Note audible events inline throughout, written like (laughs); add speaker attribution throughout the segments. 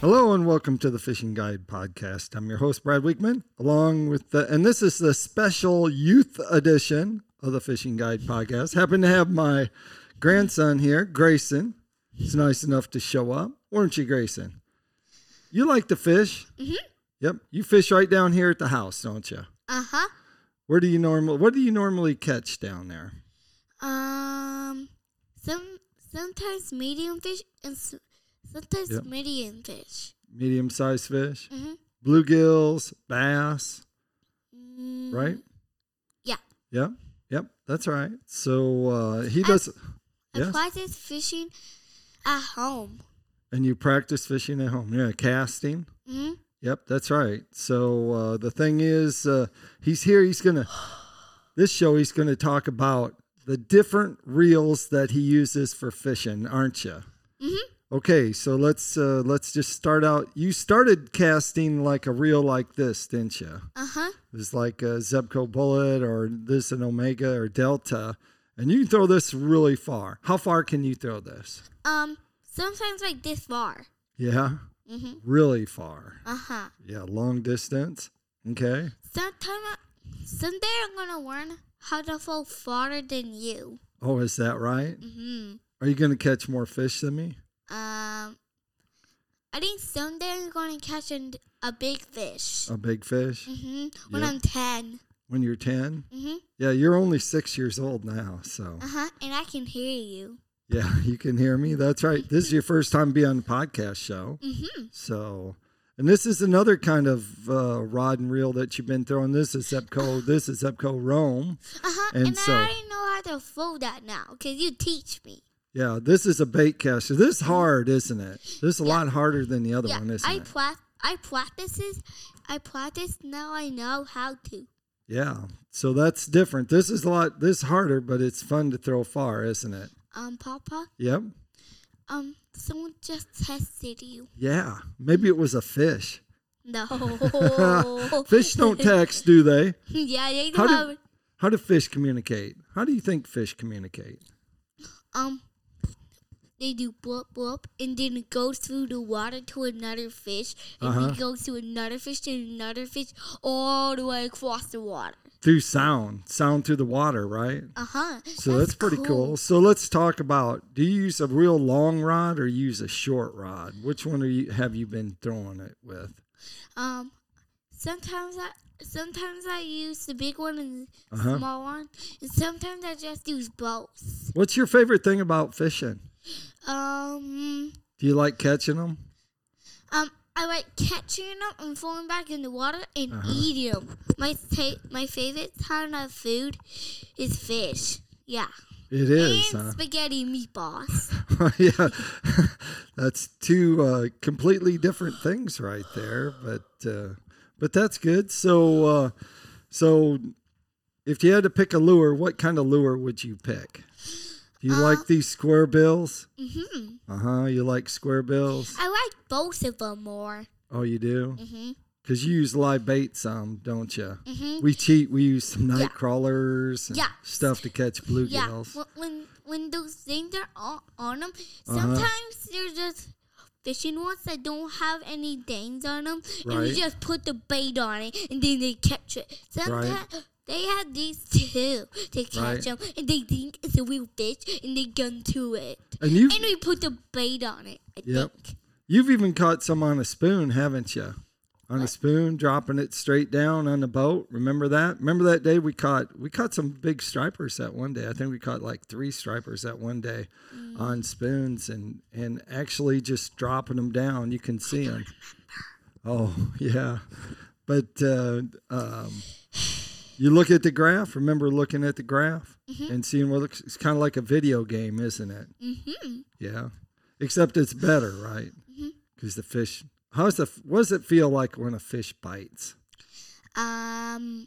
Speaker 1: Hello and welcome to the Fishing Guide Podcast. I'm your host, Brad Weekman, along with the, and this is the special youth edition of the Fishing Guide Podcast. Happen to have my grandson here, Grayson. He's nice enough to show up, weren't you, Grayson? You like to fish?
Speaker 2: Mhm.
Speaker 1: Yep. You fish right down here at the house, don't you?
Speaker 2: Uh huh.
Speaker 1: Where do you normally, what do you normally catch down there?
Speaker 2: Um, some sometimes medium fish and s- sometimes
Speaker 1: Yep.
Speaker 2: medium fish.
Speaker 1: Medium sized fish,
Speaker 2: Mhm.
Speaker 1: bluegills, bass,
Speaker 2: Mm,
Speaker 1: right?
Speaker 2: yeah.
Speaker 1: Yep. Yep. That's right. So uh, he
Speaker 2: I-
Speaker 1: does.
Speaker 2: I
Speaker 1: Yes.
Speaker 2: practice fishing at home.
Speaker 1: And you practice fishing at home. Yeah, casting.
Speaker 2: hmm
Speaker 1: Yep, that's right. So uh, the thing is, uh, he's here. He's gonna this show. He's gonna talk about the different reels that he uses for fishing, aren't you?
Speaker 2: Mhm.
Speaker 1: Okay, so let's uh, let's just start out. You started casting like a reel like this, didn't you?
Speaker 2: Uh huh.
Speaker 1: It was like a Zebco Bullet or this an Omega or Delta, and you can throw this really far. How far can you throw this?
Speaker 2: Um, sometimes like this far.
Speaker 1: Yeah,
Speaker 2: Mm-hmm.
Speaker 1: really far.
Speaker 2: Uh huh.
Speaker 1: Yeah, long distance. Okay.
Speaker 2: Sometimes, I, someday I'm gonna learn how to fall farther than you.
Speaker 1: Oh, is that right?
Speaker 2: Mm-hmm.
Speaker 1: Are you going to catch more fish than me?
Speaker 2: Um, I think someday I'm gonna catch an, a big fish.
Speaker 1: A big fish
Speaker 2: hmm When
Speaker 1: Oh. Yep.
Speaker 2: I'm 10.
Speaker 1: when you're 10?
Speaker 2: hmm
Speaker 1: Yeah, you're only six years old now. So,
Speaker 2: Uh huh. And I can hear you.
Speaker 1: yeah, (laughs) you can hear me. That's right. This is your first time being on the podcast show.
Speaker 2: Mm-hmm.
Speaker 1: So, and this is another kind of uh, rod and reel that you've been throwing. This is Epco. This is Epco Rome.
Speaker 2: Uh huh.
Speaker 1: And
Speaker 2: And,
Speaker 1: so-
Speaker 2: I already know how to fold that now because you teach me.
Speaker 1: Yeah, this is a bait caster. This is hard, isn't it? This is a lot harder than the other
Speaker 2: yeah.
Speaker 1: one, isn't
Speaker 2: I
Speaker 1: it?
Speaker 2: pra- I practices. I practice now. I know how to.
Speaker 1: Yeah. So that's different. This is a lot. This is harder, but it's fun to throw far, isn't it?
Speaker 2: Um, Papa.
Speaker 1: Yep.
Speaker 2: Um, someone just tested you. (laughs)
Speaker 1: Yeah. Maybe it was a fish. (laughs)
Speaker 2: No. Oh.
Speaker 1: fish don't text, do they?
Speaker 2: (laughs) yeah, they
Speaker 1: How
Speaker 2: do.
Speaker 1: do,
Speaker 2: Have,
Speaker 1: how do fish communicate? How do you think fish communicate?
Speaker 2: um, they do blub blub, and then it goes through the water to another fish, and
Speaker 1: Uh-huh.
Speaker 2: then it goes to another fish to another fish, all the way across the water.
Speaker 1: Through sound, sound through the water, right?
Speaker 2: Uh huh.
Speaker 1: Uh-huh. So that's, pretty cool. So let's talk about do you use a real long rod or you use a short rod? Which one are you have you been throwing it with?
Speaker 2: Um, sometimes I sometimes I use the big one and the
Speaker 1: Uh-huh.
Speaker 2: small one, and sometimes I just use both.
Speaker 1: What's your favorite thing about fishing?
Speaker 2: Um,
Speaker 1: Do you like catching them?
Speaker 2: um, I like catching them and falling back in the water and
Speaker 1: Uh-huh.
Speaker 2: eating them. My ta- my favorite kind of food is fish. Yeah,
Speaker 1: It is,
Speaker 2: and
Speaker 1: huh?
Speaker 2: spaghetti meatballs.
Speaker 1: (laughs) yeah, that's two uh, completely different things right there. But uh, but that's good. So uh, so if you had to pick a lure, what kind of lure would you pick? Do you
Speaker 2: Uh,
Speaker 1: like these square bills?
Speaker 2: hmm
Speaker 1: Uh huh. You like square bills?
Speaker 2: I like both of them more.
Speaker 1: Oh, you do.
Speaker 2: Mhm.
Speaker 1: Cause you use live bait some, don't you?
Speaker 2: Mhm.
Speaker 1: We cheat. We use some night
Speaker 2: Yeah.
Speaker 1: crawlers and
Speaker 2: Yeah.
Speaker 1: stuff to catch
Speaker 2: Yeah,
Speaker 1: bluegills.
Speaker 2: when when, when those things are on, on them,
Speaker 1: Uh-huh.
Speaker 2: sometimes they're just fishing ones that don't have any dings on them, and
Speaker 1: Right.
Speaker 2: we just put the bait on it, and then they catch it. Sometimes they have these too to
Speaker 1: Right.
Speaker 2: catch them, and they think it's a real fish, and they gun to it,
Speaker 1: And you,
Speaker 2: and we put the bait on it. I
Speaker 1: Yep.
Speaker 2: think.
Speaker 1: You've even caught some on a spoon, haven't you? On a spoon, dropping it straight down on the boat. Remember that? Remember that day we caught we caught some big stripers that one day. I think we caught like three stripers that one day on spoons and and actually just dropping them down. You can see them. Oh yeah, but uh, um, you look at the graph. Remember looking at the graph and seeing what looks. It's kind of like a video game, isn't it?
Speaker 2: Mhm.
Speaker 1: Yeah, except it's better, right? Because the fish. How's the? What does it feel like when a fish bites?
Speaker 2: Um,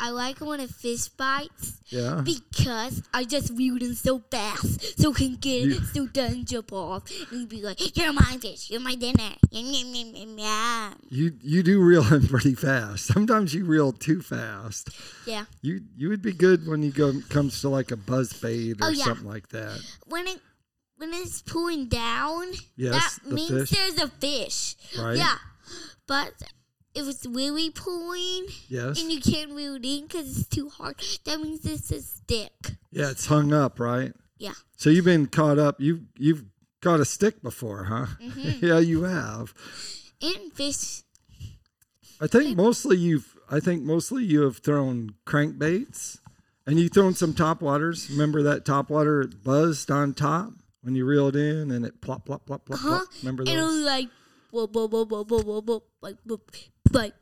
Speaker 2: I like when a fish bites.
Speaker 1: Yeah.
Speaker 2: Because I just reeled in so fast, so can get
Speaker 1: You-
Speaker 2: so done jump off and be like, "You're my fish, you're my dinner." Yum, yum, yum, yum, yum.
Speaker 1: You you do reel in pretty fast. Sometimes you reel too fast.
Speaker 2: Yeah.
Speaker 1: You you would be good when you go comes to like a buzz bait or
Speaker 2: Oh, yeah.
Speaker 1: something like that.
Speaker 2: When it when it's pulling down,
Speaker 1: Yes,
Speaker 2: that
Speaker 1: the
Speaker 2: means
Speaker 1: fish.
Speaker 2: there's a fish.
Speaker 1: Right.
Speaker 2: Yeah, but if it's really pulling
Speaker 1: Yes.
Speaker 2: and you can't reel it in because it's too hard, that means it's a stick.
Speaker 1: Yeah, it's hung up, right?
Speaker 2: Yeah.
Speaker 1: So you've been caught up. You you've caught a stick before, huh? (laughs)
Speaker 2: Mm-hmm.
Speaker 1: yeah, you have.
Speaker 2: And fish,
Speaker 1: I think mostly you've. I think mostly you have thrown crankbaits, and you thrown some topwaters. Remember that topwater buzzed on top when you reeled in, and it plop plop plop plop.
Speaker 2: huh?
Speaker 1: plop. Remember
Speaker 2: and it was
Speaker 1: those?
Speaker 2: like, whoa, whoa, whoa, whoa, whoa, whoa, whoa, like, boop, like,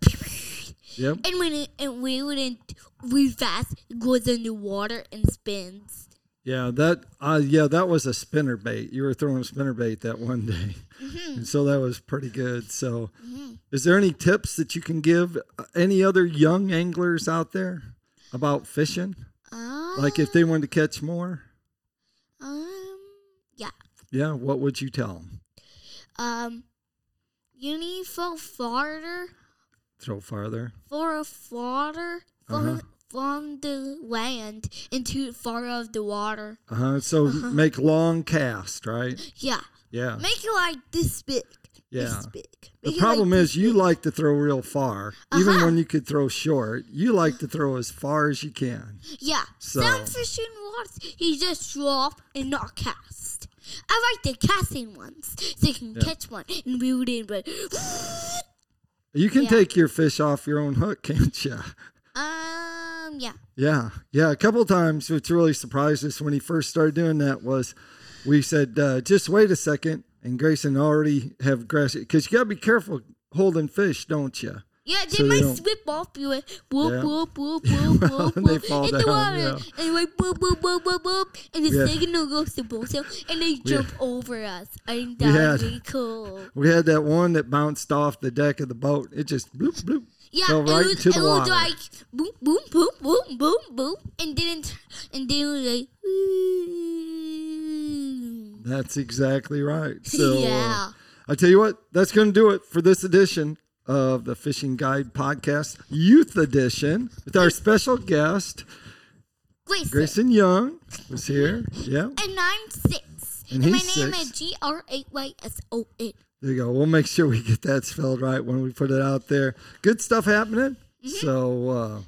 Speaker 1: Yep.
Speaker 2: and when it and we wouldn't really fast, it goes in the water and spins.
Speaker 1: Yeah, that uh, yeah, that was a spinner bait. You were throwing a spinner bait that one day, (laughs)
Speaker 2: Mm-hmm.
Speaker 1: and so that was pretty good. So, is there any tips that you can give uh, any other young anglers out there about fishing?
Speaker 2: Um,
Speaker 1: Like if they wanted to catch more,
Speaker 2: um, yeah.
Speaker 1: yeah, what would you tell them?
Speaker 2: Um, you need for farther
Speaker 1: Throw farther.
Speaker 2: for a farther from
Speaker 1: Uh-huh.
Speaker 2: from the land into far of the water.
Speaker 1: Uh huh. So make long cast, right?
Speaker 2: Yeah,
Speaker 1: Yeah,
Speaker 2: Uh-huh. make it like this big.
Speaker 1: Uh. yeah.
Speaker 2: this big.
Speaker 1: The
Speaker 2: Make it
Speaker 1: problem
Speaker 2: like Uh-huh.
Speaker 1: is you like to throw real far, even when you could throw short. You like to throw as far as you can.
Speaker 2: this- yeah.
Speaker 1: so-
Speaker 2: Some fishing rods you just drop and not cast. I like the casting ones, so you can catch one and reel it in. But
Speaker 1: You can
Speaker 2: Yeah.
Speaker 1: take your fish off your own hook, (laughs) can't you?
Speaker 2: um, yeah,
Speaker 1: Yeah, yeah. A couple times, which really surprised us when he first started doing that was, we said, uh, "Just wait a second. and Grayson already have grass because you gotta be careful holding fish, don't you?
Speaker 2: yeah. They
Speaker 1: So they
Speaker 2: might
Speaker 1: don't-
Speaker 2: slip off you and whoop,
Speaker 1: Yeah. (laughs)
Speaker 2: whoop, whoop, whoop, whoop,
Speaker 1: and they
Speaker 2: whoop
Speaker 1: fall
Speaker 2: in the
Speaker 1: down,
Speaker 2: water,
Speaker 1: yeah.
Speaker 2: and like boop, boop, boop, boop, boop, and the
Speaker 1: Yeah.
Speaker 2: signal goes to both of them, and they jump over us. And that
Speaker 1: had-
Speaker 2: would be cool.
Speaker 1: We had that one that bounced off the deck of the boat. It just bloop bloop.
Speaker 2: Yeah,
Speaker 1: fell right
Speaker 2: it was,
Speaker 1: into the
Speaker 2: it was
Speaker 1: water.
Speaker 2: like boom, boom, boom, boom, boom, boom, and didn't, and then it was like. (laughs) "Ooh."
Speaker 1: That's exactly right. So, uh,
Speaker 2: yeah.
Speaker 1: I tell you what, that's going to do it for this edition of the Fishing Guide Podcast Youth Edition with our special guest
Speaker 2: Grayson.
Speaker 1: Grayson Young was here. Yeah.
Speaker 2: And I'm six.
Speaker 1: And
Speaker 2: my
Speaker 1: he's
Speaker 2: name
Speaker 1: six.
Speaker 2: is G R A Y S O N.
Speaker 1: There you go. We'll make sure we get that spelled right when we put it out there. Good stuff happening. So,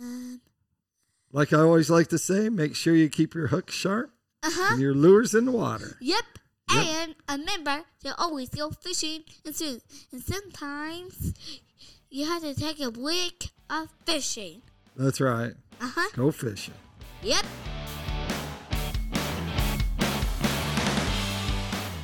Speaker 1: uh, like I always like to say, make sure you keep your hooks sharp and your lures in the water.
Speaker 2: Uh-huh. Yep. And remember to always go fishing and swim. And sometimes you have to take a break of fishing.
Speaker 1: That's right.
Speaker 2: Uh huh.
Speaker 1: Go fishing.
Speaker 2: Yep.